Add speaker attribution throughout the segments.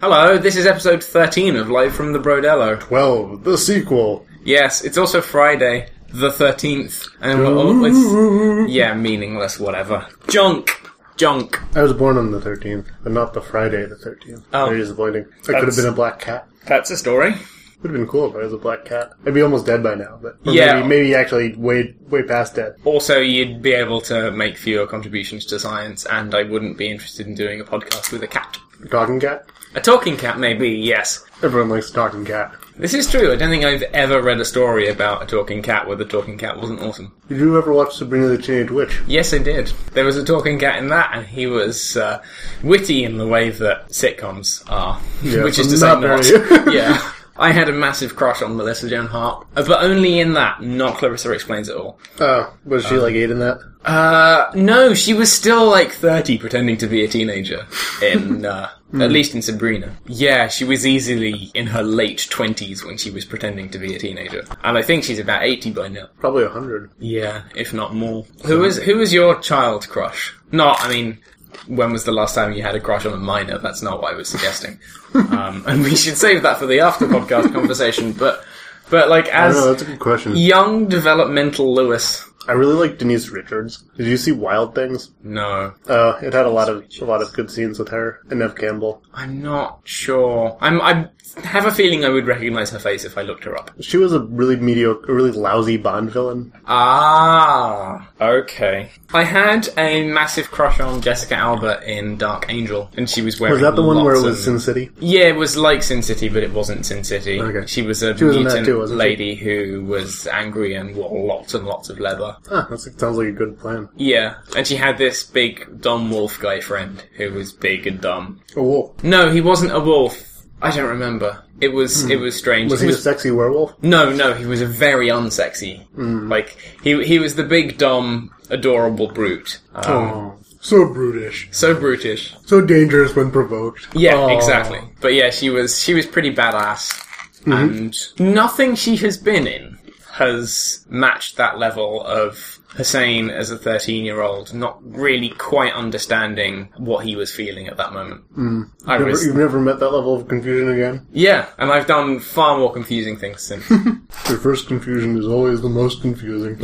Speaker 1: Hello, this is episode 13 of Live from the Brodello.
Speaker 2: 12, the sequel.
Speaker 1: Yes, it's also Friday, the 13th, and we're all, it's, yeah, meaningless, whatever. Junk! Junk!
Speaker 2: I was born on the 13th, but not the Friday the 13th.
Speaker 1: Oh.
Speaker 2: Very disappointing. I could have been a black cat.
Speaker 1: That's a story.
Speaker 2: Would have been cool if I was a black cat. I'd be almost dead by now, but or
Speaker 1: Yeah.
Speaker 2: maybe, maybe actually way way past dead.
Speaker 1: Also, you'd be able to make fewer contributions to science, and I wouldn't be interested in doing a podcast with a cat.
Speaker 2: A talking cat.
Speaker 1: A talking cat, maybe, yes.
Speaker 2: Everyone likes a talking cat.
Speaker 1: This is true. I don't think I've ever read a story about a talking cat where the talking cat wasn't awesome.
Speaker 2: Did you ever watch Sabrina the Teenage Witch?
Speaker 1: Yes, I did. There was a talking cat in that, and he was uh, witty in the way that sitcoms are,
Speaker 2: Yeah,
Speaker 1: which is
Speaker 2: but
Speaker 1: to say,
Speaker 2: not
Speaker 1: not.
Speaker 2: very.
Speaker 1: yeah, I had a massive crush on Melissa Joan Hart, uh, but only in that. Not Clarissa explains it all.
Speaker 2: Oh, was
Speaker 1: Um,
Speaker 2: she like eight in that?
Speaker 1: Uh, no, she was still like thirty, pretending to be a teenager. In uh,
Speaker 2: Hmm.
Speaker 1: at least in Sabrina, yeah, she was easily in her late twenties when she was pretending to be a teenager, and I think she's about eighty by now.
Speaker 2: Probably a hundred.
Speaker 1: Yeah, if not more. Who is who is your child crush? Not, I mean, when was the last time you had a crush on a minor? That's not what I was suggesting. um, and we should save that for the after podcast conversation. But but like
Speaker 2: I
Speaker 1: as
Speaker 2: don't know, Oh, that's a good question.
Speaker 1: young developmental Lewis,
Speaker 2: I really like Denise Richards. Did you see Wild Things?
Speaker 1: no,
Speaker 2: Uh, it had a lot of a lot of good scenes with her and Nev Campbell.
Speaker 1: I'm not sure. I'm I have a feeling I would recognize her face if I looked her up.
Speaker 2: She was a really mediocre, a really lousy Bond villain.
Speaker 1: Ah, okay. I had a massive crush on Jessica Alba in Dark Angel, and she was wearing.
Speaker 2: Was that the one where it
Speaker 1: lots
Speaker 2: was
Speaker 1: of-
Speaker 2: Sin City?
Speaker 1: Yeah, it was like Sin City, but it wasn't Sin City.
Speaker 2: Okay.
Speaker 1: She was a
Speaker 2: She was in that
Speaker 1: mutant
Speaker 2: too, wasn't she?
Speaker 1: lady who was angry and wore lots and lots of leather.
Speaker 2: Ah, that sounds like a good plan.
Speaker 1: Yeah, and she had this big dumb wolf guy friend who was big and dumb.
Speaker 2: A wolf.
Speaker 1: No, he wasn't a wolf. I don't remember. It was it was strange.
Speaker 2: Hmm. Was
Speaker 1: It
Speaker 2: he a
Speaker 1: was-
Speaker 2: sexy werewolf?
Speaker 1: no, no, he was a very unsexy.
Speaker 2: Hmm.
Speaker 1: Like he he was the big dumb adorable brute. Um,
Speaker 2: Oh, so brutish,
Speaker 1: So brutish.
Speaker 2: so dangerous when provoked.
Speaker 1: Yeah,
Speaker 2: Oh.
Speaker 1: exactly. But yeah, she was she was pretty badass, and nothing she has been in has matched that level of Hussein as a thirteen-year-old, not really quite understanding what he was feeling at that moment. Mm. I
Speaker 2: Never-
Speaker 1: was,
Speaker 2: you've never met that level of confusion again.
Speaker 1: yeah, and I've done far more confusing things since.
Speaker 2: Your first confusion is always the most confusing.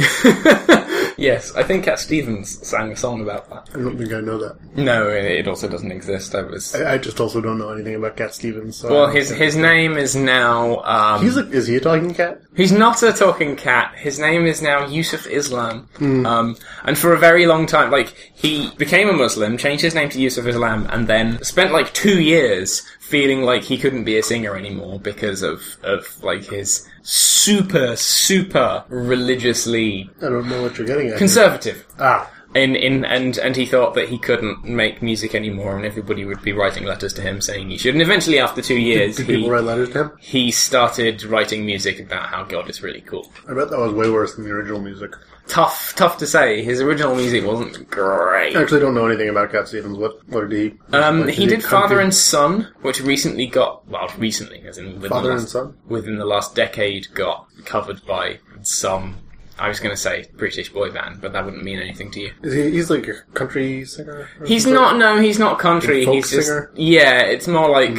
Speaker 1: yes, I think Cat Stevens sang a song about that.
Speaker 2: I don't think I know that.
Speaker 1: No, it it also doesn't exist. I was.
Speaker 2: I, I just also don't know anything about Cat Stevens. So I
Speaker 1: Well,
Speaker 2: don't
Speaker 1: his
Speaker 2: think-
Speaker 1: his name is now. Um,
Speaker 2: he's a, is he a talking cat?
Speaker 1: He's not a talking cat. His name is now Yusuf Islam. Um, and for a very long time, like, he became a Muslim, changed his name to Yusuf Islam, and then spent like two years feeling like he couldn't be a singer anymore because of, of like, his super, super religiously
Speaker 2: I don't know what you're getting at. here.
Speaker 1: conservative.
Speaker 2: ah,
Speaker 1: In, in, and, and he thought that he couldn't make music anymore and everybody would be writing letters to him saying he should. And eventually, after two years,
Speaker 2: do people
Speaker 1: he,
Speaker 2: write letters to him?
Speaker 1: he started writing music about how God is really cool.
Speaker 2: I bet that was way worse than the original music.
Speaker 1: tough tough to say. His original music wasn't great.
Speaker 2: I actually don't know anything about Cat Stevens. What what did he?
Speaker 1: Um,
Speaker 2: what
Speaker 1: he did
Speaker 2: come
Speaker 1: Father
Speaker 2: to?
Speaker 1: and Son, which recently got well, recently as in within
Speaker 2: Father
Speaker 1: the
Speaker 2: and
Speaker 1: last,
Speaker 2: Son?
Speaker 1: within the last decade got covered by some. I was going to say British boy band, but that wouldn't mean anything to you.
Speaker 2: Is he, he's like a country singer. or
Speaker 1: He's
Speaker 2: something?
Speaker 1: not. No, he's not country.
Speaker 2: Folk
Speaker 1: he's just
Speaker 2: singer? Hmm.
Speaker 1: yeah. It's more like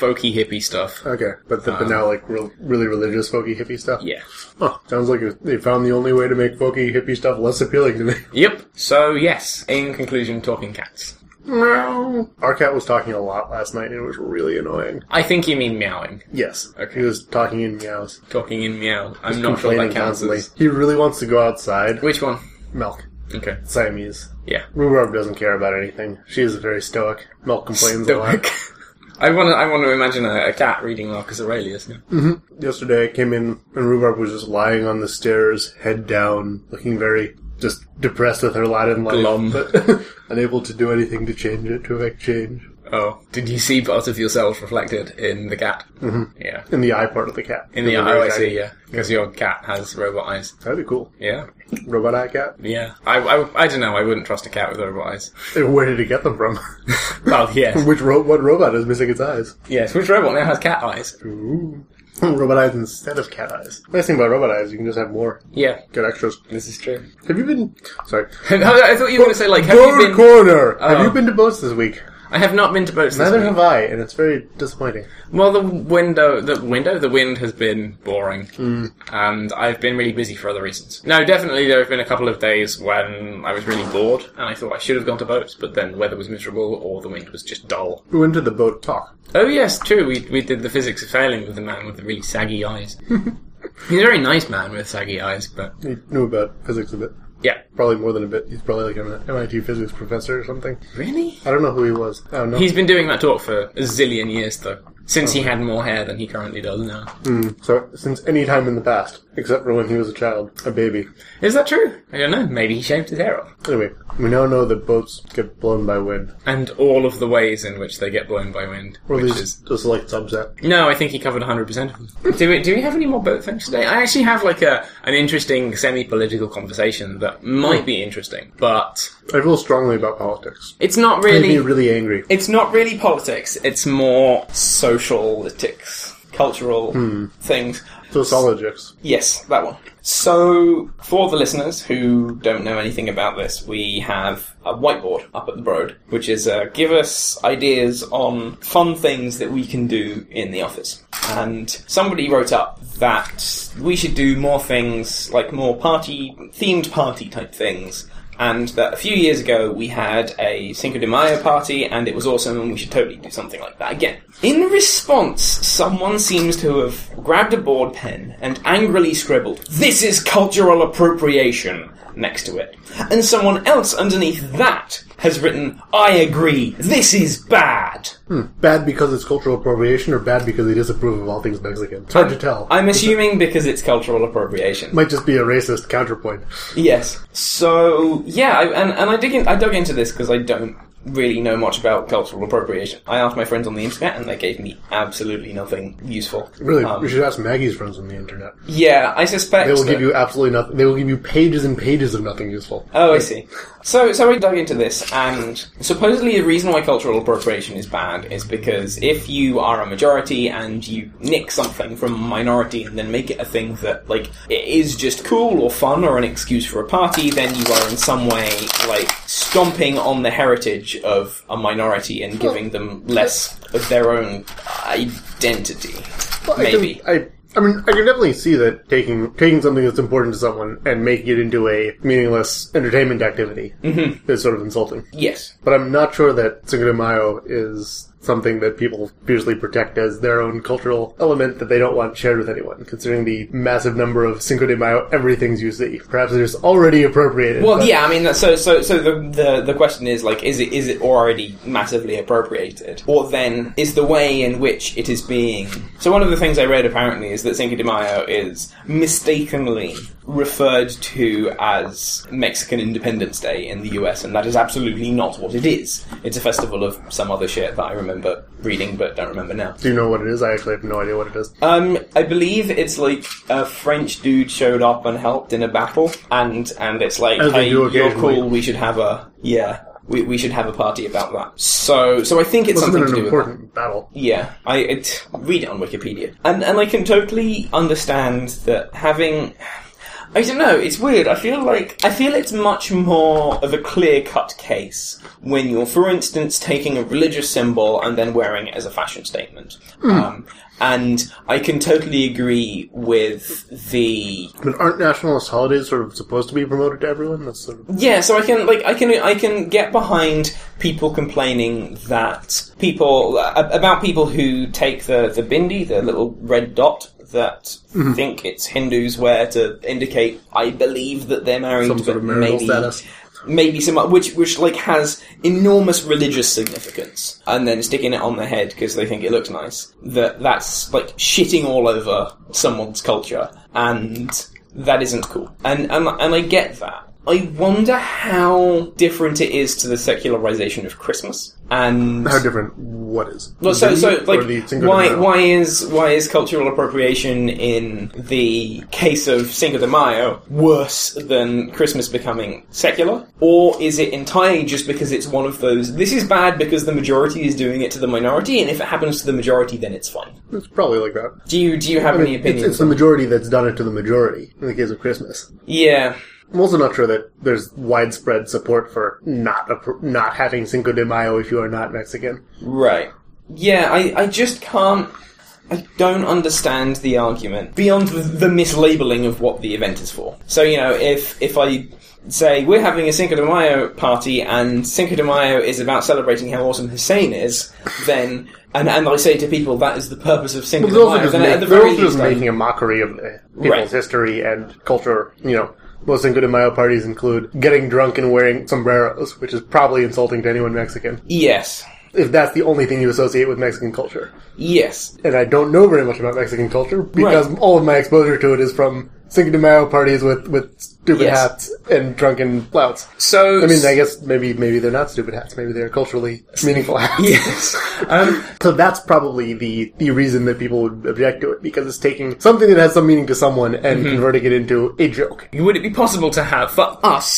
Speaker 1: folky hippie stuff.
Speaker 2: Okay, but, the, but now like real, really religious folky hippie stuff.
Speaker 1: Yeah.
Speaker 2: Huh, sounds like they found the only way to make folky hippie stuff less appealing to me.
Speaker 1: Yep. So yes. In conclusion, talking cats.
Speaker 2: Our cat was talking a lot last night, and it was really annoying.
Speaker 1: I think you mean meowing.
Speaker 2: Yes,
Speaker 1: Okay.
Speaker 2: he was talking in meows,
Speaker 1: Talking in meow. I'm not sure
Speaker 2: complaining
Speaker 1: that counts.
Speaker 2: constantly.
Speaker 1: As...
Speaker 2: He really wants to go outside.
Speaker 1: Which one?
Speaker 2: Milk,
Speaker 1: Okay.
Speaker 2: Siamese.
Speaker 1: Yeah.
Speaker 2: Rhubarb doesn't care about anything. She is very stoic. Milk complains a lot.
Speaker 1: I want to. I want to imagine a, a cat reading Marcus Aurelius. Now.
Speaker 2: Yesterday, I came in and Rhubarb was just lying on the stairs, head down, looking very just depressed with her lot in life,
Speaker 1: Glum.
Speaker 2: but unable to do anything to change it, to affect change.
Speaker 1: Oh, did you see part of yourself reflected in the cat? Mm-hmm. Yeah,
Speaker 2: In the eye part of the cat.
Speaker 1: in the eye. oh,
Speaker 2: very
Speaker 1: I see.
Speaker 2: tiny-
Speaker 1: Yeah, because your cat has robot eyes.
Speaker 2: That'd be cool.
Speaker 1: Yeah,
Speaker 2: Robot eye cat.
Speaker 1: yeah. I, I, I don't know. I wouldn't trust a cat with robot eyes.
Speaker 2: Where did he get them from?
Speaker 1: Well, yes,
Speaker 2: Which ro- what robot is missing its eyes?
Speaker 1: yes. Which robot now has cat eyes?
Speaker 2: Ooh. Robot eyes instead of cat eyes. Nice thing about robot eyes, you can just have more.
Speaker 1: Yeah,
Speaker 2: Get extras.
Speaker 1: this is true.
Speaker 2: Have you been? Sorry.
Speaker 1: I thought you were going to say like, have
Speaker 2: Bird
Speaker 1: you been?
Speaker 2: corner.
Speaker 1: Oh.
Speaker 2: Have you been to boats this week?
Speaker 1: I have not been to boats. this
Speaker 2: Neither
Speaker 1: week.
Speaker 2: have I, and it's very disappointing.
Speaker 1: Well, the window, the window, the wind has been boring, and I've been really busy for other reasons. No, definitely there have been a couple of days when I was really bored, and I thought I should have gone to boats, but then the weather was miserable or the wind was just dull.
Speaker 2: We went to the boat talk.
Speaker 1: Oh yes, true. We we did the physics of failing with the man with the really saggy eyes. He's a very nice man with saggy eyes, but
Speaker 2: He knew about physics a bit.
Speaker 1: yeah,
Speaker 2: Probably more than a bit. He's probably like an MIT physics professor or something.
Speaker 1: really,
Speaker 2: I don't know who he was. I don't know.
Speaker 1: he's been doing that talk for a zillion years though. Since he had more hair than he currently does now.
Speaker 2: so, since any time in the past, except for when he was a child, a baby.
Speaker 1: Is that true? I don't know. Maybe he shaved his hair off.
Speaker 2: Anyway, we now know that boats get blown by wind.
Speaker 1: and all of the ways in which they get blown by wind.
Speaker 2: Or at
Speaker 1: which
Speaker 2: least
Speaker 1: is,
Speaker 2: just like subset.
Speaker 1: no, I think he covered 100% of them. do, we, do we have any more boat things today? I actually have like a an interesting semi-political conversation that might be interesting, but
Speaker 2: I feel strongly about politics.
Speaker 1: it's not
Speaker 2: It made me
Speaker 1: really
Speaker 2: really angry.
Speaker 1: it's not really politics. It's more socialitics, cultural things.
Speaker 2: Sociologics.
Speaker 1: Yes, that one. So, for the listeners who don't know anything about this, we have a whiteboard up at the Broad, which is uh, give us ideas on fun things that we can do in the office. And somebody wrote up that we should do more things like more party themed party type things. And that a few years ago we had a Cinco de Mayo party and it was awesome and we should totally do something like that again. In response, someone seems to have grabbed a board pen and angrily scribbled, This is cultural appropriation next to it. And someone else underneath that has written, I agree, this is bad.
Speaker 2: Bad because it's cultural appropriation, or bad because they disapprove of all things Mexican. It's hard to tell.
Speaker 1: I'm assuming because it's cultural appropriation.
Speaker 2: Might just be a racist counterpoint.
Speaker 1: Yes. So yeah, I, and and I dig in, I dug into this because I don't really know much about cultural appropriation. I asked my friends on the internet, and they gave me absolutely nothing useful.
Speaker 2: Really,
Speaker 1: Um,
Speaker 2: we should ask Maggie's friends on the internet.
Speaker 1: yeah, I suspect
Speaker 2: They will
Speaker 1: that-
Speaker 2: give you absolutely nothing. They will give you pages and pages of nothing useful.
Speaker 1: Oh, I see. So, so we dug into this, and supposedly the reason why cultural appropriation is bad is because if you are a majority and you nick something from a minority and then make it a thing that, like, it is just cool or fun or an excuse for a party, then you are in some way, like, stomping on the heritage of a minority and giving them less of their own identity. Maybe.
Speaker 2: I, can, I, I mean, I can definitely see that taking taking something that's important to someone and making it into a meaningless entertainment activity
Speaker 1: Mm-hmm.
Speaker 2: is sort of insulting.
Speaker 1: yes.
Speaker 2: But I'm not sure that Cinco de Mayo is something that people fiercely protect as their own cultural element that they don't want shared with anyone, considering the massive number of Cinco de Mayo everythings you see. Perhaps they're just already appropriated.
Speaker 1: Well,
Speaker 2: but-
Speaker 1: yeah, I mean, that- so so so the, the the question is like, is it is it already massively appropriated, or then is the way in which it is being? So one of the things I read apparently is that Cinco de Mayo is mistakenly referred to as Mexican Independence Day in the U.S., and that is absolutely not what it is. It's a festival of some other shit that I remember reading but don't remember now.
Speaker 2: Do you know what it is? I actually have no idea what it is.
Speaker 1: Um, I believe it's like a French dude showed up and helped in a battle, and and it's like,
Speaker 2: As they
Speaker 1: hey,
Speaker 2: do
Speaker 1: you're
Speaker 2: occasionally.
Speaker 1: cool. We should have a yeah, we, we should have a party about that. So so I think it's
Speaker 2: Wasn't
Speaker 1: something to
Speaker 2: it an
Speaker 1: do with that.
Speaker 2: important battle?
Speaker 1: Yeah, I it, read it on Wikipedia, and and I can totally understand that having. I don't know. It's weird. I feel like I feel it's much more of a clear-cut case when you're, for instance, taking a religious symbol and then wearing it as a fashion statement. Um, and I can totally agree with the
Speaker 2: But aren't nationalist holidays sort of supposed to be promoted to everyone? That's sort of
Speaker 1: Yeah, so I can like I can I can get behind people complaining that people uh, about people who take the the bindi, the little red dot that
Speaker 2: Mm-hmm.
Speaker 1: think it's Hindus wear to indicate I believe that they're married,
Speaker 2: Some sort
Speaker 1: but
Speaker 2: of marital
Speaker 1: maybe
Speaker 2: status.
Speaker 1: maybe some which which like has enormous religious significance, and then sticking it on their head because they think it looks nice. That that's like shitting all over someone's culture, and that isn't cool. And and and I get that. I wonder how different it is to the secularization of Christmas and
Speaker 2: how different. What is?
Speaker 1: well, so, so
Speaker 2: Or
Speaker 1: Oh, like,
Speaker 2: the Cinco de
Speaker 1: why,
Speaker 2: Mayo?
Speaker 1: why is why is cultural appropriation in the case of Cinco de Mayo worse than Christmas becoming secular, or is it entirely just because it's one of those? This is bad because the majority is doing it to the minority, and if it happens to the majority, then it's fine.
Speaker 2: It's probably like that.
Speaker 1: Do you do you have any
Speaker 2: It's,
Speaker 1: opinions?
Speaker 2: it's the majority that's done it to the majority in the case of Christmas.
Speaker 1: yeah.
Speaker 2: I'm also not sure that there's widespread support for not appro- not having Cinco de Mayo if you are not Mexican.
Speaker 1: Right. Yeah, I, I just can't. I don't understand the argument beyond the, the mislabeling of what the event is for. So you know, if if I say we're having a Cinco de Mayo party and Cinco de Mayo is about celebrating how awesome Hussein is, then and, and I say to people that is the purpose of Cinco
Speaker 2: But
Speaker 1: de
Speaker 2: they're
Speaker 1: Mayo.
Speaker 2: also just,
Speaker 1: Then
Speaker 2: ma-
Speaker 1: at the
Speaker 2: they're
Speaker 1: very
Speaker 2: also just
Speaker 1: least, I'm-
Speaker 2: making a mockery of uh, people's
Speaker 1: Right.
Speaker 2: history and culture. You know, most Cinco de Mayo parties include getting drunk and wearing sombreros, which is probably insulting to anyone Mexican.
Speaker 1: yes,
Speaker 2: If that's the only thing you associate with Mexican culture,
Speaker 1: yes,
Speaker 2: and I don't know very much about Mexican culture because all of my exposure to it is from Cinco de Mayo parties with with stupid
Speaker 1: Yes.
Speaker 2: hats and drunken louts.
Speaker 1: So
Speaker 2: I mean, I guess maybe maybe they're not stupid hats. Maybe they're culturally meaningful hats.
Speaker 1: yes. Um,
Speaker 2: So that's probably the, the reason that people would object to it because it's taking something that has some meaning to someone and converting it into a joke.
Speaker 1: would it be possible to have for us?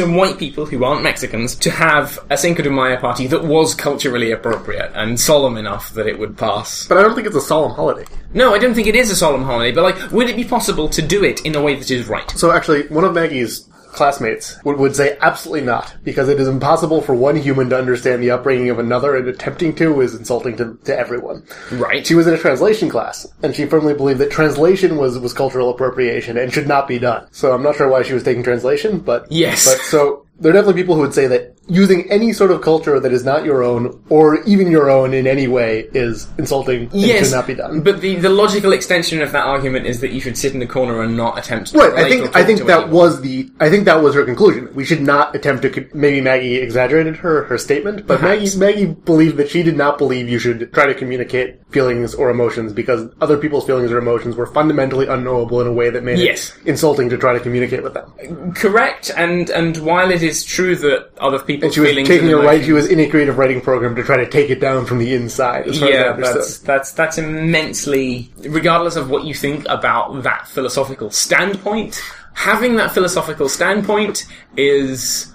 Speaker 1: Some white people who aren't Mexicans to have a Cinco de Mayo party that was culturally appropriate and solemn enough that it would pass.
Speaker 2: But I don't think it's a solemn holiday.
Speaker 1: No, I don't think it is a solemn holiday, but like, would it be possible to do it in a way that is right?
Speaker 2: So actually, one of Maggie's classmates would, would say absolutely not because it is impossible for one human to understand the upbringing of another and attempting to is insulting to, to everyone.
Speaker 1: Right.
Speaker 2: She was in a translation class and she firmly believed that translation was, was cultural appropriation and should not be done. So I'm not sure why she was taking translation, but
Speaker 1: Yes.
Speaker 2: but so there are definitely people who would say that using any sort of culture that is not your own or even your own in any way is insulting and
Speaker 1: yes,
Speaker 2: should not be done.
Speaker 1: But the, the logical extension of that argument is that you should sit in the corner and not attempt to
Speaker 2: Right, I
Speaker 1: relate or
Speaker 2: think
Speaker 1: talk
Speaker 2: I think
Speaker 1: to
Speaker 2: that
Speaker 1: anyone.
Speaker 2: was the I think that was her conclusion. We should not attempt to. con- Maybe Maggie exaggerated her her statement, but Maggie Maggie believed that she did not believe you should try to communicate feelings or emotions because other people's feelings or emotions were fundamentally unknowable in a way that made
Speaker 1: Yes.
Speaker 2: it insulting to try to communicate with them.
Speaker 1: correct. And and while it is true that other people's
Speaker 2: She was
Speaker 1: feelings
Speaker 2: taking
Speaker 1: and
Speaker 2: a right.
Speaker 1: emotions-
Speaker 2: She was in a creative writing program to try to take it down from the inside. As far as I
Speaker 1: yeah,
Speaker 2: understood.
Speaker 1: that's that's that's immensely regardless of what you think about that philosophical standpoint. Having that philosophical standpoint is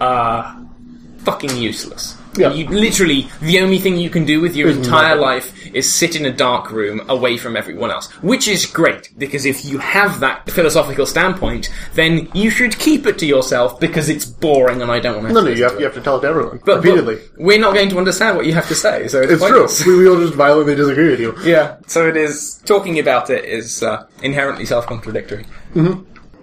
Speaker 1: uh, fucking useless.
Speaker 2: Yeah.
Speaker 1: You literally the only thing you can do with your entire
Speaker 2: nothing.
Speaker 1: life is sit in a dark room away from everyone else, which is great because if you have that philosophical standpoint, then you should keep it to yourself because it's boring and I don't want to.
Speaker 2: no, no. You have, you have to tell it to everyone
Speaker 1: But- but
Speaker 2: repeatedly.
Speaker 1: we're not going to understand what you have to say, so it's,
Speaker 2: it's true.
Speaker 1: pointless.
Speaker 2: We, we will just violently disagree with you.
Speaker 1: Yeah, so it is. Talking about it is uh, inherently self contradictory.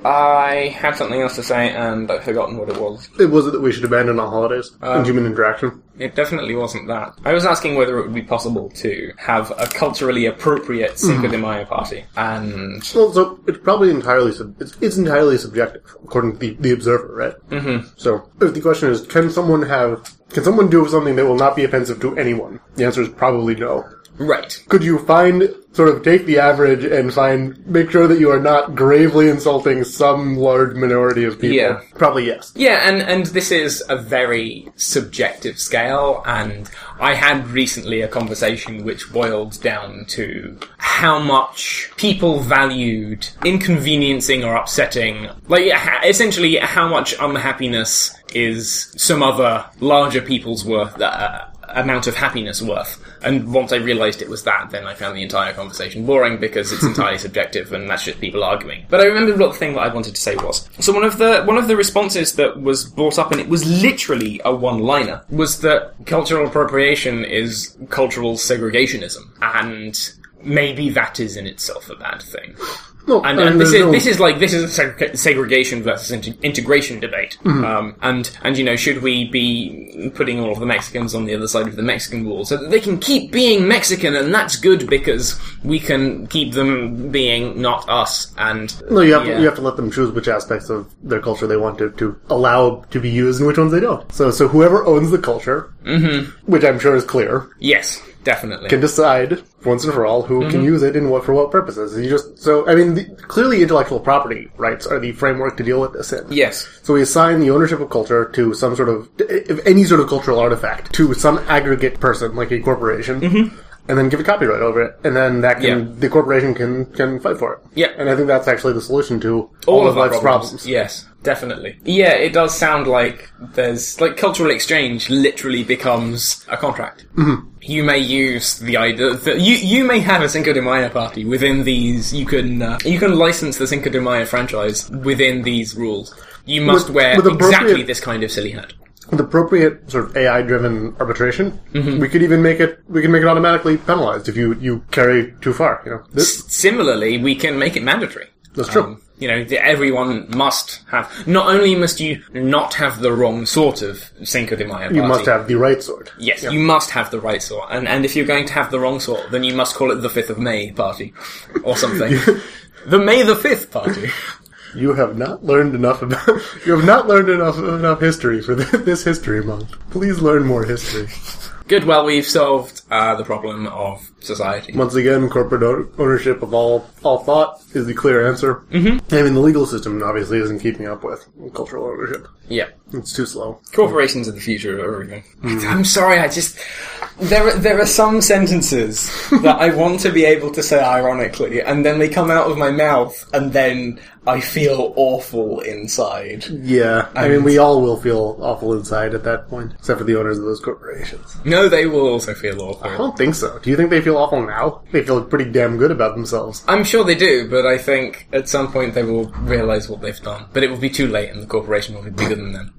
Speaker 1: I had something else to say and I've forgotten what it was.
Speaker 2: It wasn't that we should abandon all holidays
Speaker 1: Uh.
Speaker 2: and human interaction.
Speaker 1: It definitely wasn't that. I was asking whether it would be possible to have a culturally appropriate Cinco de Mayo party, and
Speaker 2: Well, so it's probably entirely sub- it's, it's entirely subjective according to the, the observer, right? Mm-hmm. So if the question is, can someone have can someone do something that will not be offensive to anyone? The answer is probably no.
Speaker 1: right,
Speaker 2: Could you find sort of take the average and find make sure that you are not gravely insulting some large minority of people?
Speaker 1: Yeah.
Speaker 2: probably yes.
Speaker 1: yeah, and and this is a very subjective scale, and I had recently a conversation which boiled down to how much people valued inconveniencing or upsetting, like ha- essentially how much unhappiness is some other larger people's worth. Uh, amount of happiness worth and once i realized it was that then i found the entire conversation boring because it's entirely subjective and that's just people arguing but i remembered what the thing that i wanted to say was so one of the one of the responses that was brought up and it was literally a one liner was that cultural appropriation is cultural segregationism and maybe that is in itself a bad thing
Speaker 2: No,
Speaker 1: and,
Speaker 2: I mean,
Speaker 1: and this
Speaker 2: there's
Speaker 1: is
Speaker 2: Oh, no-
Speaker 1: this is like this is a segre- segregation versus inte- integration debate.
Speaker 2: Mm-hmm.
Speaker 1: Um, and and you know, should we be putting all of the Mexicans on the other side of the Mexican wall so that they can keep being Mexican, and that's good because we can keep them being not us. And
Speaker 2: No, you have
Speaker 1: Yeah.
Speaker 2: to you have to let them choose which aspects of their culture they want to, to allow to be used and which ones they don't. So so whoever owns the culture,
Speaker 1: Mm-hmm.
Speaker 2: which I'm sure is clear,
Speaker 1: yes, definitely.
Speaker 2: can decide once and for all who can use it and what for what purposes. You just so I mean the, clearly intellectual property rights are the framework to deal with this in.
Speaker 1: yes.
Speaker 2: So we assign the ownership of culture to some sort of, if any sort of cultural artifact, to some aggregate person, like a corporation. and then give a copyright over it, and then that can
Speaker 1: Yeah.
Speaker 2: the corporation can can fight for it.
Speaker 1: Yeah.
Speaker 2: and I think that's actually the solution to all, of
Speaker 1: our
Speaker 2: life's problems.
Speaker 1: Yes, definitely. Yeah, it does sound like there's like cultural exchange literally becomes a contract.
Speaker 2: Mm-hmm.
Speaker 1: You may use the idea that you you may have a Cinco de Mayo party within these. You can uh, you can license the Cinco de Mayo franchise within these rules. You must
Speaker 2: With-
Speaker 1: wear
Speaker 2: with
Speaker 1: exactly
Speaker 2: appropriate-
Speaker 1: this kind of silly hat.
Speaker 2: With appropriate sort of AI driven arbitration, we could even make it we can make it automatically penalized if you you carry too far. You know, this
Speaker 1: Similarly, we can make it mandatory. Um,
Speaker 2: That's true.
Speaker 1: you know, the, everyone must have. Not only must you not have the wrong sort of Cinco de Mayo party,
Speaker 2: you must have the right sort.
Speaker 1: Yes, you must have the right sort, and and if you're going to have the wrong sort, then you must call it the Fifth of May party, or something. the May the Fifth party.
Speaker 2: You have not learned enough about you have not learned enough enough history for th- this history month. Please learn more history.
Speaker 1: Good. Well, we've solved uh, the problem of society.
Speaker 2: Once again, corporate o- ownership of all all thought is the clear answer. Mm-hmm. I mean, the legal system obviously isn't keeping up with cultural ownership.
Speaker 1: Yeah.
Speaker 2: It's too slow.
Speaker 1: Corporations are the future of everything. I'm sorry, I just there are, there are some sentences that I want to be able to say ironically, and then they come out of my mouth, and then I feel awful inside.
Speaker 2: Yeah, I mean, we all will feel awful inside at that point, except for the owners of those corporations.
Speaker 1: No, they will also feel
Speaker 2: I
Speaker 1: awful.
Speaker 2: don't think so. Do you think they feel awful now? They feel pretty damn good about themselves.
Speaker 1: I'm sure they do, but I think at some point they will realize what they've done. But it will be too late, and the corporation will be bigger than them.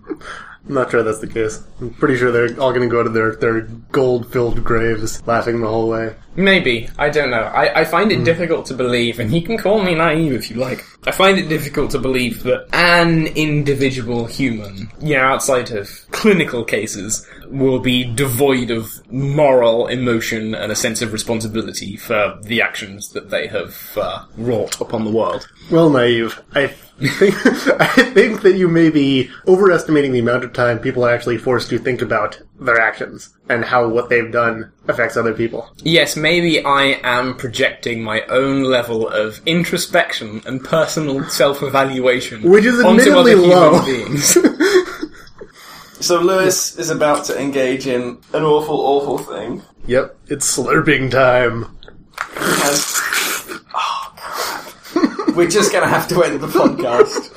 Speaker 2: I'm not sure that's the case. I'm pretty sure they're all going to go to their their gold filled graves, laughing the whole way.
Speaker 1: Maybe I don't know. I, I find it difficult to believe, and you can call me naive if you like. I find it difficult to believe that an individual human, you know, outside of clinical cases, will be devoid of moral emotion and a sense of responsibility for the actions that they have uh, wrought upon the world.
Speaker 2: Well, naive. I think I think that you may be overestimating the amount of time people are actually forced to think about their actions and how what they've done affects other people.
Speaker 1: Yes, maybe I am projecting my own level of introspection and personal self-evaluation,
Speaker 2: Which is admittedly
Speaker 1: onto other
Speaker 2: low.
Speaker 1: Human beings. so Lewis is about to engage in an awful, awful thing.
Speaker 2: Yep, it's slurping time.
Speaker 1: oh, We're just gonna have to end the podcast.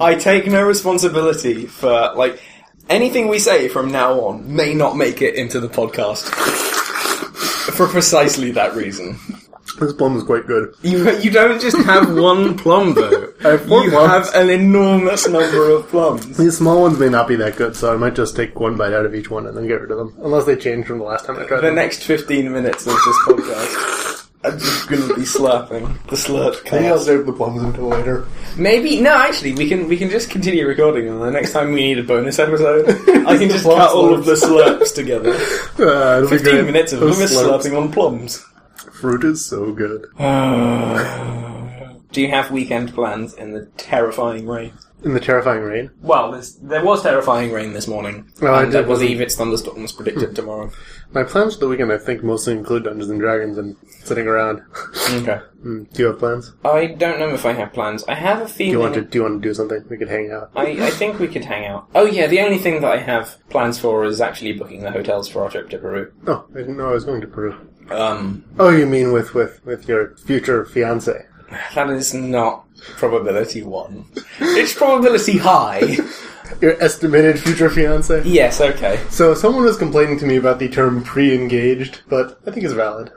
Speaker 1: I take no responsibility for like anything we say from now on may not make it into the podcast for precisely that reason.
Speaker 2: This poem is quite good.
Speaker 1: You, you don't just have one plum though.
Speaker 2: I have four
Speaker 1: you
Speaker 2: plums.
Speaker 1: have an enormous number of plums.
Speaker 2: These small ones may not be that good, so I might just take one bite out of each one and then get rid of them, unless they change from the last time I tried
Speaker 1: The
Speaker 2: them.
Speaker 1: next 15 minutes of this podcast, I'm just going to be slurping the slurp
Speaker 2: Maybe I'll
Speaker 1: cast.
Speaker 2: save the plums until later.
Speaker 1: Maybe no, actually, we can we can just continue recording, and the next time we need a bonus episode, I can just
Speaker 2: Plum
Speaker 1: cut all of the
Speaker 2: slurps.
Speaker 1: slurps together.
Speaker 2: Uh, it'll be
Speaker 1: 15
Speaker 2: great.
Speaker 1: minutes of
Speaker 2: Those
Speaker 1: Lewis
Speaker 2: slurps.
Speaker 1: slurping on plums.
Speaker 2: Fruit is so good.
Speaker 1: Do you have weekend plans in the terrifying rain?
Speaker 2: In the terrifying rain.
Speaker 1: Well, there's- there was terrifying rain this morning.
Speaker 2: Well, Oh, I
Speaker 1: and I
Speaker 2: did- Hmm.
Speaker 1: believe it's thunderstorms predicted tomorrow.
Speaker 2: My plans for the weekend, I think, mostly include Dungeons and Dragons and sitting around.
Speaker 1: Okay.
Speaker 2: Do you have plans?
Speaker 1: I don't know if I have plans. I have a feeling.
Speaker 2: Do you want to do you want to do something? We could hang out.
Speaker 1: I, I think we could hang out. Oh yeah, the only thing that I have plans for is actually booking the hotels for our trip to Peru.
Speaker 2: Oh, I didn't know I was going to Peru.
Speaker 1: Um,
Speaker 2: Oh, you mean with with with your future fiance?
Speaker 1: that is not probability one. it's probability high.
Speaker 2: Your estimated future fiance?
Speaker 1: yes. Okay.
Speaker 2: So someone was complaining to me about the term pre-engaged, but I think it's valid.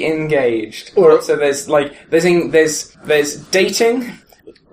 Speaker 1: Pre-engaged.
Speaker 2: Or-
Speaker 1: so there's like there's in, there's there's dating.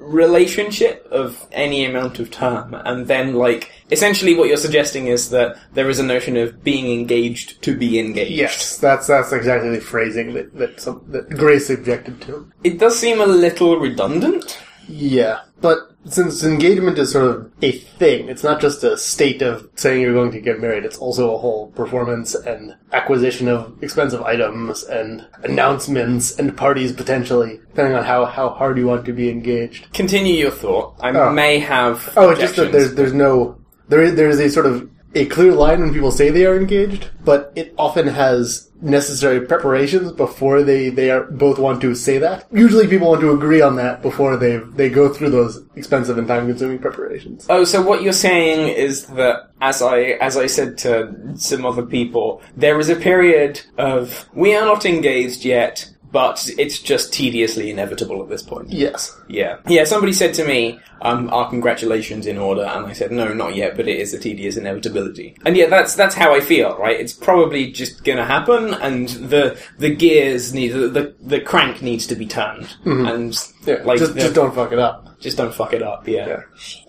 Speaker 1: Relationship of any amount of term, and then like essentially what you're suggesting is that there is a notion of being engaged to be engaged.
Speaker 2: Yes, that's that's exactly the phrasing that that, some, that Grace objected to.
Speaker 1: It does seem a little redundant.
Speaker 2: Yeah, but since engagement is sort of a thing, it's not just a state of saying you're going to get married. It's also a whole performance and acquisition of expensive items and announcements and parties potentially, depending on how how hard you want to be engaged.
Speaker 1: Continue your thought. I
Speaker 2: Oh.
Speaker 1: may have.
Speaker 2: Oh, it's just that
Speaker 1: objections.
Speaker 2: there's there's no there is there is a sort of a clear line when people say they are engaged, but it often has necessary preparations before they, they are, both want to say that. Usually people want to agree on that before they they go through those expensive and time consuming preparations. Uh,
Speaker 1: Oh, so what you're saying is that as I as I said to some other people, there is a period of we are not engaged yet, but it's just tediously inevitable at this point.
Speaker 2: Yes.
Speaker 1: Yeah. Yeah, somebody said to me, um, are congratulations in order? And I said, no, not yet, but it is a tedious inevitability. And yeah, that's, that's how I feel, right? It's probably just gonna happen, and the, the gears need, the, the, the crank needs to be turned. And,
Speaker 2: Yeah.
Speaker 1: like,
Speaker 2: just,
Speaker 1: the-
Speaker 2: just don't fuck it up.
Speaker 1: just don't fuck it up, yeah.
Speaker 2: Yeah.
Speaker 1: Shit.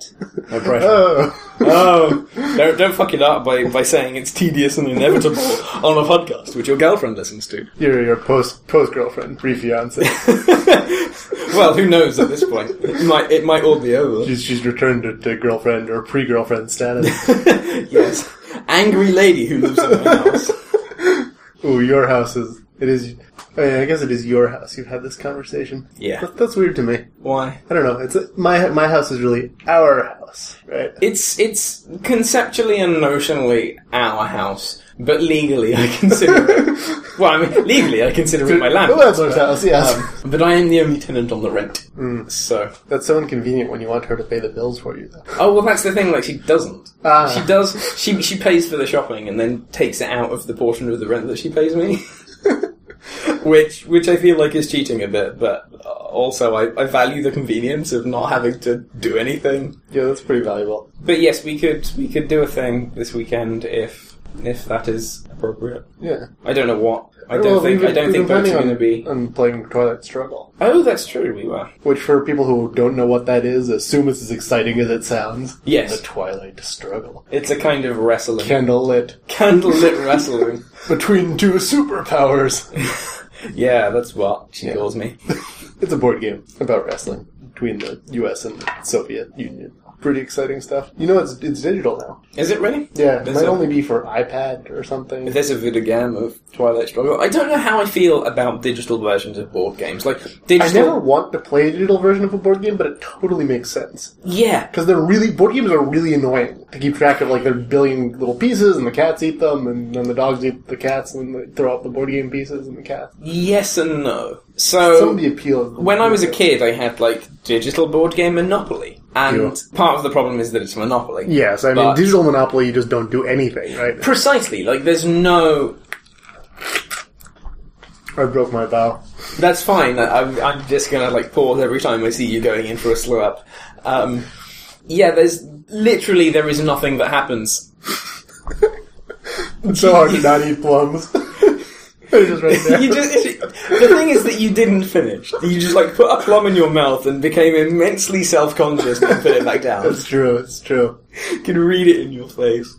Speaker 1: No pressure.
Speaker 2: Oh.
Speaker 1: oh, don't, don't fuck it up by, by saying it's tedious and inevitable on a podcast, which your girlfriend listens to.
Speaker 2: You're your post post girlfriend, pre fiance.
Speaker 1: Well, who knows at this point? It might, it might all be over.
Speaker 2: she's, she's returned to, to girlfriend or pre girlfriend status.
Speaker 1: Yes. Angry lady who lives in my house.
Speaker 2: Ooh, your house is it is. I, mean, I guess it is your house. You've had this conversation.
Speaker 1: Yeah.
Speaker 2: That- that's weird to me.
Speaker 1: Why?
Speaker 2: I don't know. It's my my house is really our house, right?
Speaker 1: It's it's conceptually and notionally our house, but legally I consider it. Well, I mean, legally I consider it my Um,
Speaker 2: The
Speaker 1: landlord's
Speaker 2: landlord's house. Yes.
Speaker 1: But I am the only tenant on the rent. So,
Speaker 2: that's so inconvenient when you want her to pay the bills for you. Though.
Speaker 1: oh well, that's the thing. Like she doesn't.
Speaker 2: Ah.
Speaker 1: She does. She she pays for the shopping and then takes it out of the portion of the rent that she pays me, which which I feel like is cheating a bit. But uh, also, I, I value the convenience of not having to do anything.
Speaker 2: Yeah, that's pretty valuable.
Speaker 1: But yes, we could we could do a thing this weekend if if that is appropriate.
Speaker 2: Yeah.
Speaker 1: I don't know what. I don't think I don't think boats are going to be.
Speaker 2: I'm playing Twilight Struggle,
Speaker 1: Oh, that's true. We were.
Speaker 2: which for people who don't know what that is, assume it's as exciting as it sounds.
Speaker 1: Yes.
Speaker 2: The Twilight Struggle,
Speaker 1: It's a kind of wrestling,
Speaker 2: candlelit
Speaker 1: candlelit wrestling.
Speaker 2: between two superpowers.
Speaker 1: Yeah, that's what she calls me.
Speaker 2: It's a board game about wrestling between the U.S. and the Soviet Union. Pretty exciting stuff. You know, it's it's digital now.
Speaker 1: Is it really?
Speaker 2: Yeah, it
Speaker 1: There's
Speaker 2: might
Speaker 1: a-
Speaker 2: only be for iPad or something.
Speaker 1: There's a video game of Twilight Struggle. I don't know how I feel about digital versions of board games. Like digital,
Speaker 2: I never want to play a digital version of a board game, but it totally makes sense
Speaker 1: yeah,
Speaker 2: because they're really board games are really annoying to keep track of. Like they're billion little pieces, and the cats eat them, and then the dogs eat the cats, and they throw out the board game pieces and the cats.
Speaker 1: yes and no. So
Speaker 2: Some of the appeal. Of
Speaker 1: When I was a kid, I had like digital board game Monopoly, and
Speaker 2: Yeah.
Speaker 1: part of the problem is that it's Monopoly.
Speaker 2: yes, I mean
Speaker 1: But-
Speaker 2: digital Monopoly, you just don't do anything, right?
Speaker 1: Precisely, like there's no.
Speaker 2: I broke my bow.
Speaker 1: That's fine. I, I'm, I'm just gonna like pause every time I see you going in for a slow up. Um, yeah, there's literally there is nothing that happens.
Speaker 2: It's so hard to not eat plums. They're just right there.
Speaker 1: You just the thing is that you didn't finish. You just like put a plum in your mouth and became immensely self conscious and put it back down.
Speaker 2: It's true. It's true.
Speaker 1: You can read it in your face.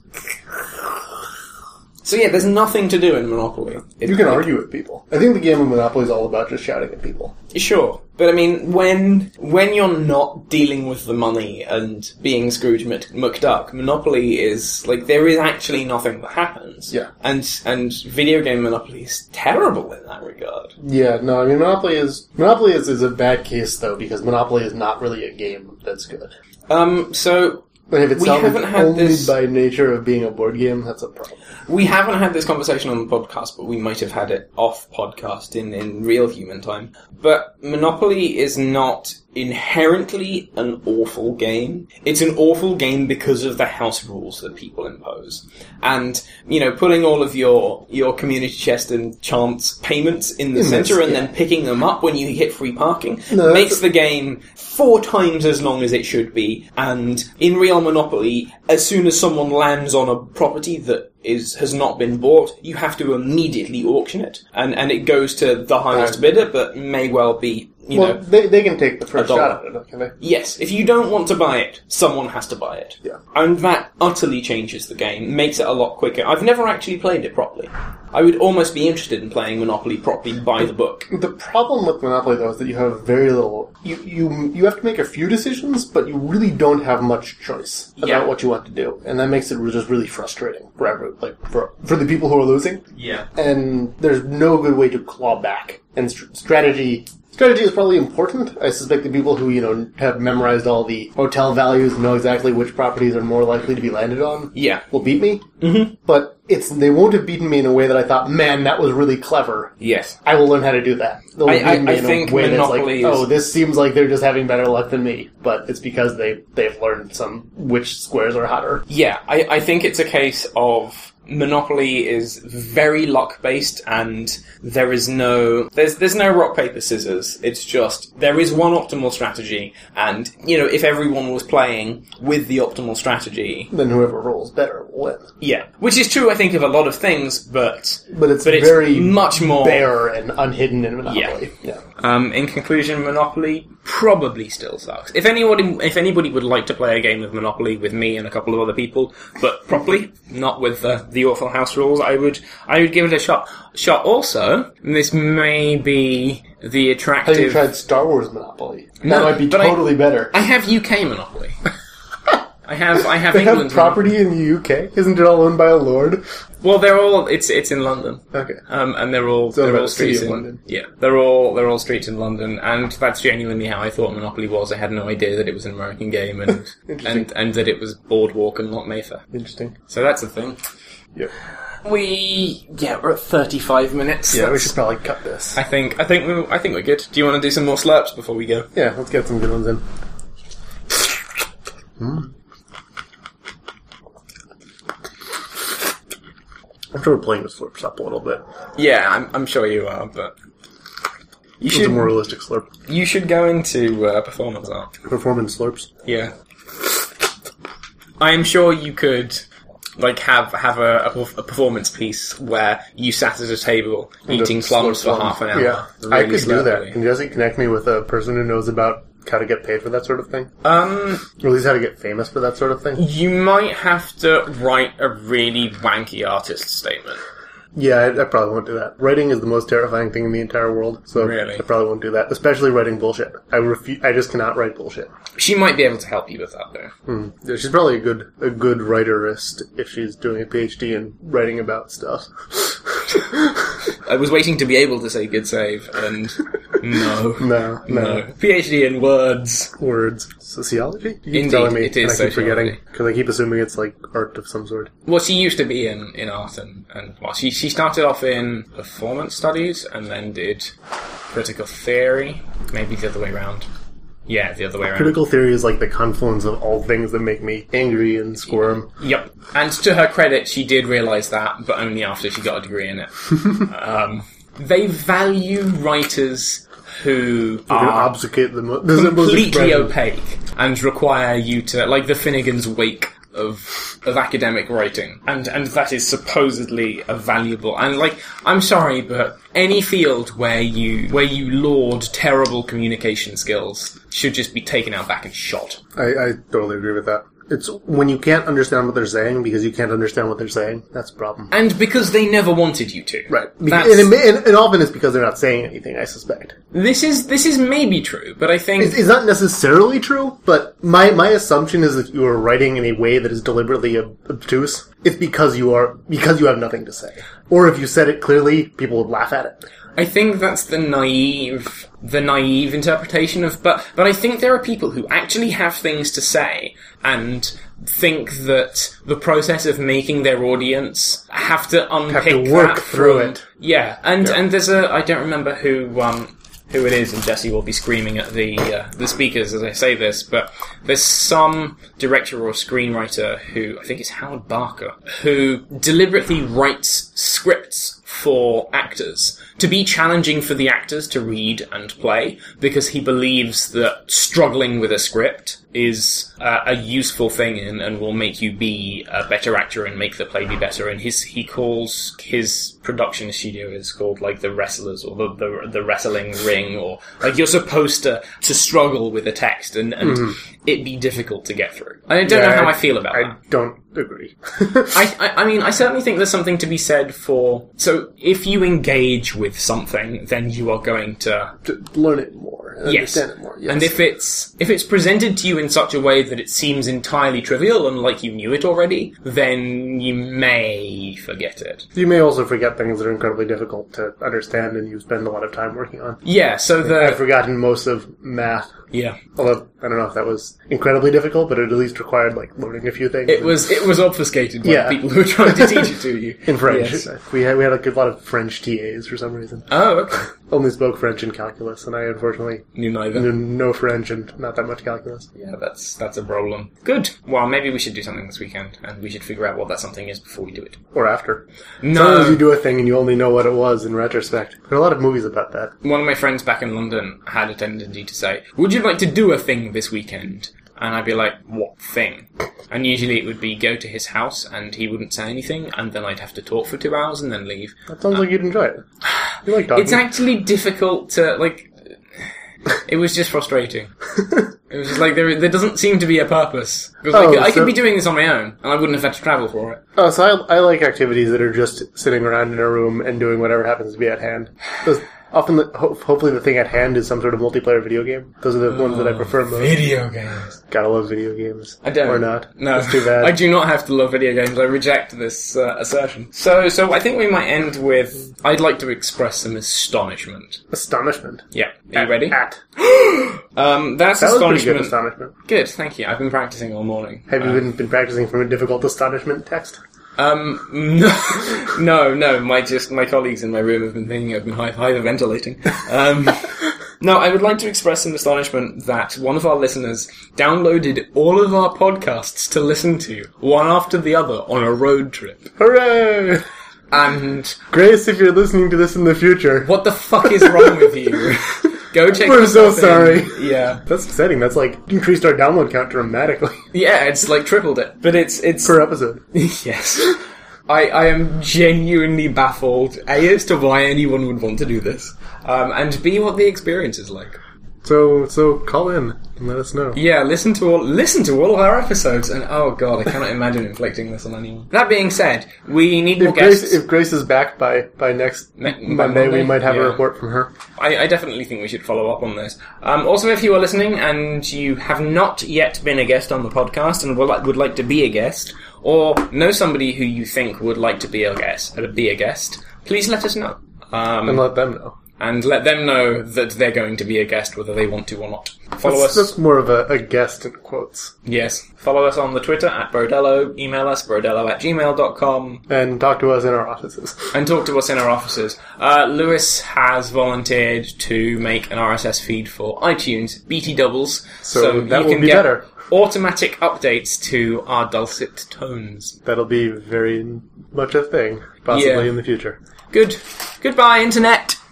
Speaker 1: So yeah, there's nothing to do in Monopoly.
Speaker 2: You can argue with people. I think the game of Monopoly is all about just shouting at people.
Speaker 1: Sure, but I mean, when when you're not dealing with the money and being Scrooge Mc- McDuck, Monopoly is like there is actually nothing that happens.
Speaker 2: Yeah.
Speaker 1: and and video game Monopoly is terrible in that regard.
Speaker 2: Yeah, no, I mean Monopoly is Monopoly is, is a bad case though because Monopoly is not really a game that's good.
Speaker 1: Um, so
Speaker 2: But if it's
Speaker 1: We
Speaker 2: salvaged
Speaker 1: haven't had
Speaker 2: only
Speaker 1: this-
Speaker 2: by nature of being a board game, that's a problem.
Speaker 1: we haven't had this conversation on the podcast, but we might have had it off podcast in in real human time. But Monopoly is not inherently an awful game. It's an awful game because of the house rules that people impose. And, you know, putting all of your, your community chest and chance payments in the
Speaker 2: In this,
Speaker 1: center and
Speaker 2: yeah.
Speaker 1: then picking them up when you hit free parking
Speaker 2: No, that's-
Speaker 1: makes the game four times as long as it should be. And in real Monopoly, as soon as someone lands on a property that is has not been bought, you have to immediately auction it, and and it goes to the highest
Speaker 2: Right.
Speaker 1: bidder, but may well be you
Speaker 2: Well,
Speaker 1: know.
Speaker 2: they, they can take the first
Speaker 1: A dollar.
Speaker 2: shot at it, can they?
Speaker 1: Yes, if you don't want to buy it, someone has to buy it.
Speaker 2: Yeah.
Speaker 1: And that utterly changes the game, makes it a lot quicker. I've never actually played it properly. I would almost be interested in playing Monopoly properly by the book.
Speaker 2: The problem with Monopoly though is that you have very little. You you you have to make a few decisions, but you really don't have much choice about
Speaker 1: Yeah.
Speaker 2: what you want to do, and that makes it re- just really frustrating for every, like for for the people who are losing.
Speaker 1: Yeah.
Speaker 2: and there's no good way to claw back. And str- strategy Strategy is probably important. I suspect the people who, you know, have memorized all the hotel values and know exactly which properties are more likely to be landed on
Speaker 1: Yeah.
Speaker 2: will beat me. Mm-hmm. But it's they won't have beaten me in a way that I thought, man, that was really clever.
Speaker 1: Yes.
Speaker 2: I will learn how to do that. They'll
Speaker 1: I- I-
Speaker 2: beat me
Speaker 1: I
Speaker 2: in
Speaker 1: think
Speaker 2: a way that's like,
Speaker 1: Monopoly is-
Speaker 2: oh, this seems like they're just having better luck than me, but it's because they they've learned some which squares are hotter.
Speaker 1: Yeah, I, I think it's a case of Monopoly is very luck based, and there is no there's there's no rock paper scissors. It's just there is one optimal strategy, and you know if everyone was playing with the optimal strategy,
Speaker 2: Then whoever rolls better will win.
Speaker 1: yeah, which is true I think of a lot of things, but
Speaker 2: But it's
Speaker 1: but it's
Speaker 2: very
Speaker 1: much more.
Speaker 2: bare and unhidden in Monopoly. yeah.
Speaker 1: Um, in conclusion, Monopoly probably still sucks. If anybody if anybody would like to play a game of Monopoly with me and a couple of other people, but properly, not with the, the awful house rules, I would I would give it a shot. Shot also, and this may be the
Speaker 2: Have you
Speaker 1: attractive.
Speaker 2: tried Star Wars Monopoly?
Speaker 1: No,
Speaker 2: that might be
Speaker 1: but I-
Speaker 2: totally better.
Speaker 1: I have UK Monopoly. I have I have
Speaker 2: They have
Speaker 1: England
Speaker 2: property in the UK. Isn't it all owned by a lord?
Speaker 1: Well, they're all it's it's in London.
Speaker 2: Okay.
Speaker 1: Um, and they're all
Speaker 2: all
Speaker 1: they're
Speaker 2: about
Speaker 1: all
Speaker 2: the city
Speaker 1: streets
Speaker 2: of
Speaker 1: in
Speaker 2: London.
Speaker 1: Yeah, they're all they're all streets in London, and that's genuinely how I thought Monopoly was. I had no idea that it was an American game, and
Speaker 2: Interesting.
Speaker 1: and, and that it was Boardwalk and not Mayfair.
Speaker 2: Interesting.
Speaker 1: So that's the thing.
Speaker 2: Yeah.
Speaker 1: We yeah, we're at thirty five minutes.
Speaker 2: Yeah, we
Speaker 1: That's-
Speaker 2: should probably cut this.
Speaker 1: I think I think we I think we're good. Do you want to do some more slurps before we go?
Speaker 2: Yeah, let's get some good ones in. Hmm. After we're playing with slurps up a little bit,
Speaker 1: Yeah, I'm, I'm sure you are, but you
Speaker 2: it's a more
Speaker 1: should
Speaker 2: realistic slurp.
Speaker 1: you should go into uh, performance art.
Speaker 2: Performance slurps.
Speaker 1: Yeah. I am sure you could like have have a, a, perf- a performance piece where you sat at a table eating
Speaker 2: The
Speaker 1: plums
Speaker 2: slurp
Speaker 1: for
Speaker 2: slurp.
Speaker 1: half an hour.
Speaker 2: Yeah,
Speaker 1: really
Speaker 2: I could do that.
Speaker 1: slurpily.
Speaker 2: Can Jesse connect me with a person who knows about how to get paid for that sort of thing,
Speaker 1: Um,
Speaker 2: or at least how to get famous for that sort of thing?
Speaker 1: you might have to write a really wanky artist statement.
Speaker 2: Yeah, I, I probably won't do that. Writing is the most terrifying thing in the entire world, so
Speaker 1: Really?
Speaker 2: I probably won't do that. Especially writing bullshit. I refu- I just cannot write bullshit.
Speaker 1: She might be able to help you with that though.
Speaker 2: Yeah, she's probably a good a good writerist if she's doing a PhD in writing about stuff.
Speaker 1: I was waiting to be able to say good save and no.
Speaker 2: no, no,
Speaker 1: No. PhD in words.
Speaker 2: words. Sociology? You keep
Speaker 1: Indeed,
Speaker 2: telling me,
Speaker 1: it is
Speaker 2: and I keep forgetting
Speaker 1: sociology.
Speaker 2: because I keep assuming it's like art of some sort.
Speaker 1: Well, she used to be in, in art and, and well, she, she started off in performance studies and then did critical theory. Maybe the other way around. Yeah, the other way around.
Speaker 2: Critical theory is like the confluence of all things that make me angry and squirm.
Speaker 1: Yep. And to her credit, she did realise that, but only after she got a degree in it. um, they value writers who
Speaker 2: You can
Speaker 1: are
Speaker 2: obfuscate the mo- the simplest
Speaker 1: Ah. completely
Speaker 2: expression.
Speaker 1: opaque and require you to like the Finnegan's Wake of of academic writing, and and that is supposedly a valuable and like I'm sorry, but any field where you where you laud terrible communication skills should just be taken out back and shot.
Speaker 2: I, I totally agree with that. It's when you can't understand what they're saying because you can't understand what they're saying. That's a problem.
Speaker 1: And because they never wanted you to,
Speaker 2: Right.
Speaker 1: That's-
Speaker 2: Because, and, it may- and, and often it's because they're not saying anything, I suspect.
Speaker 1: this is this is maybe true, but I think
Speaker 2: It's, it's not necessarily true, but my, my assumption is if you are writing in a way that is deliberately ob- obtuse, it's because you are because you have nothing to say. Or if you said it clearly, people would laugh at it.
Speaker 1: I think that's the naive the naive interpretation of but but I think there are people who actually have things to say and think that the process of making their audience have to unpick
Speaker 2: work
Speaker 1: that
Speaker 2: through
Speaker 1: from-
Speaker 2: it.
Speaker 1: Yeah, and and there's a I don't remember who um who it is, and Jesse will be screaming at the uh, the speakers as I say this, but there's some director or screenwriter who I think it's Howard Barker who deliberately writes scripts for actors to be challenging for the actors to read and play because he believes that struggling with a script is uh, a useful thing and, and will make you be a better actor and make the play be better. And his he calls his production studio is called like the wrestlers or the the, the wrestling ring or like you're supposed to to struggle with a text and, and it be difficult to get through. I don't know how I, feel about that.
Speaker 2: I don't agree.
Speaker 1: I, I, I mean, I certainly think there's something to be said for. So, if you engage with something, then you are going to
Speaker 2: To learn it more, and
Speaker 1: Yes.
Speaker 2: understand it more. yes.
Speaker 1: And if it's if it's presented to you in such a way that it seems entirely trivial and like you knew it already, then you may forget it.
Speaker 2: you may also forget things that are incredibly difficult to understand and you spend a lot of time working on.
Speaker 1: Yeah. So
Speaker 2: I've
Speaker 1: the
Speaker 2: forgotten most of math.
Speaker 1: yeah.
Speaker 2: Although I don't know if that was incredibly difficult, but it at least required like learning a few things.
Speaker 1: It was it was obfuscated by
Speaker 2: Yeah.
Speaker 1: people who were trying to teach it to you
Speaker 2: in French.
Speaker 1: Yes.
Speaker 2: We had we had like, a lot of French TAs for some reason.
Speaker 1: Oh, okay.
Speaker 2: Only spoke French in calculus, and I unfortunately
Speaker 1: You neither.
Speaker 2: knew no French and not that much calculus.
Speaker 1: Yeah, that's that's a problem. Good. Well, maybe we should do something this weekend, and we should figure out what that something is before we do it.
Speaker 2: Or after. Sometimes you
Speaker 1: No,
Speaker 2: do a thing and you only know what it was in retrospect. There are a lot of movies about that.
Speaker 1: one of my friends back in London had a tendency to say, "Would you like to do a thing this weekend?" And I'd be like, "What thing?" And usually it would be go to his house, and he wouldn't say anything, and then I'd have to talk for two hours and then leave.
Speaker 2: That sounds like you'd enjoy it. You like talking.
Speaker 1: It's actually difficult to like. It was just frustrating. It was just like there, there doesn't seem to be a purpose because I,
Speaker 2: Oh,
Speaker 1: could, I
Speaker 2: so-
Speaker 1: could be doing this on my own, and I wouldn't have had to travel for it.
Speaker 2: Oh, so I, I like activities that are just sitting around in a room and doing whatever happens to be at hand. Those, often, the, ho- hopefully, the thing at hand is some sort of multiplayer video game. Those are the ones that I prefer most.
Speaker 1: Video games.
Speaker 2: Gotta love video games.
Speaker 1: Oh, I don't.
Speaker 2: Or not.
Speaker 1: No,
Speaker 2: It's too bad.
Speaker 1: I do not have to love video games. I reject this uh, assertion. So, so I think we might end with. I'd like to express some astonishment.
Speaker 2: Astonishment.
Speaker 1: Yeah, are you ready?
Speaker 2: At.
Speaker 1: Um, that's
Speaker 2: That was pretty
Speaker 1: astonishment.
Speaker 2: good astonishment.
Speaker 1: Good, thank you. I've been practicing all morning.
Speaker 2: Have you been, been practicing from a difficult astonishment text?
Speaker 1: Um, no, no, no. My just my colleagues in my room have been thinking I've been hy- hyperventilating. Um, no, I would like to express some astonishment that one of our listeners downloaded all of our podcasts to listen to one after the other on a road trip,
Speaker 2: Hooray!
Speaker 1: and
Speaker 2: Grace, if you're listening to this in the future,
Speaker 1: What the fuck is wrong with you? Go check.
Speaker 2: We're
Speaker 1: this
Speaker 2: so
Speaker 1: out in-
Speaker 2: sorry.
Speaker 1: Yeah,
Speaker 2: that's upsetting. That's like increased our download count dramatically
Speaker 1: yeah, it's like tripled it, but it's it's
Speaker 2: per episode.
Speaker 1: yes. I, I am genuinely baffled a as to why anyone would want to do this, um, and b what the experience is like.
Speaker 2: So, so call in and let us know.
Speaker 1: Yeah, listen to all listen to all of our episodes, and oh god, I cannot imagine inflicting this on anyone. That being said, we need more
Speaker 2: If Grace,
Speaker 1: guests.
Speaker 2: if Grace is back by, by next
Speaker 1: Ne- by
Speaker 2: Monday, we
Speaker 1: Monday?
Speaker 2: might have
Speaker 1: Yeah.
Speaker 2: a report from her.
Speaker 1: I, I definitely think we should follow up on this. Um, also, if you are listening and you have not yet been a guest on the podcast and would like, would like to be a guest, or know somebody who you think would like to be a guest, uh, be a guest, please let us know.
Speaker 2: and
Speaker 1: Um,
Speaker 2: let them know.
Speaker 1: and let them know that they're going to be a guest, whether they want to or not. Follow
Speaker 2: That's,
Speaker 1: us,
Speaker 2: that's more of a, a guest in quotes.
Speaker 1: yes. Follow us on the Twitter at Brodello. Email us brodello at gmail.com
Speaker 2: And talk to us in our offices.
Speaker 1: and talk to us in our offices. Uh, Lewis has volunteered to make an RSS feed for iTunes BT doubles,
Speaker 2: So that
Speaker 1: you
Speaker 2: will
Speaker 1: can
Speaker 2: be
Speaker 1: get
Speaker 2: better.
Speaker 1: Automatic updates to our dulcet tones.
Speaker 2: That'll be very much a thing, possibly
Speaker 1: Yeah.
Speaker 2: in the future.
Speaker 1: Good. Goodbye, internet.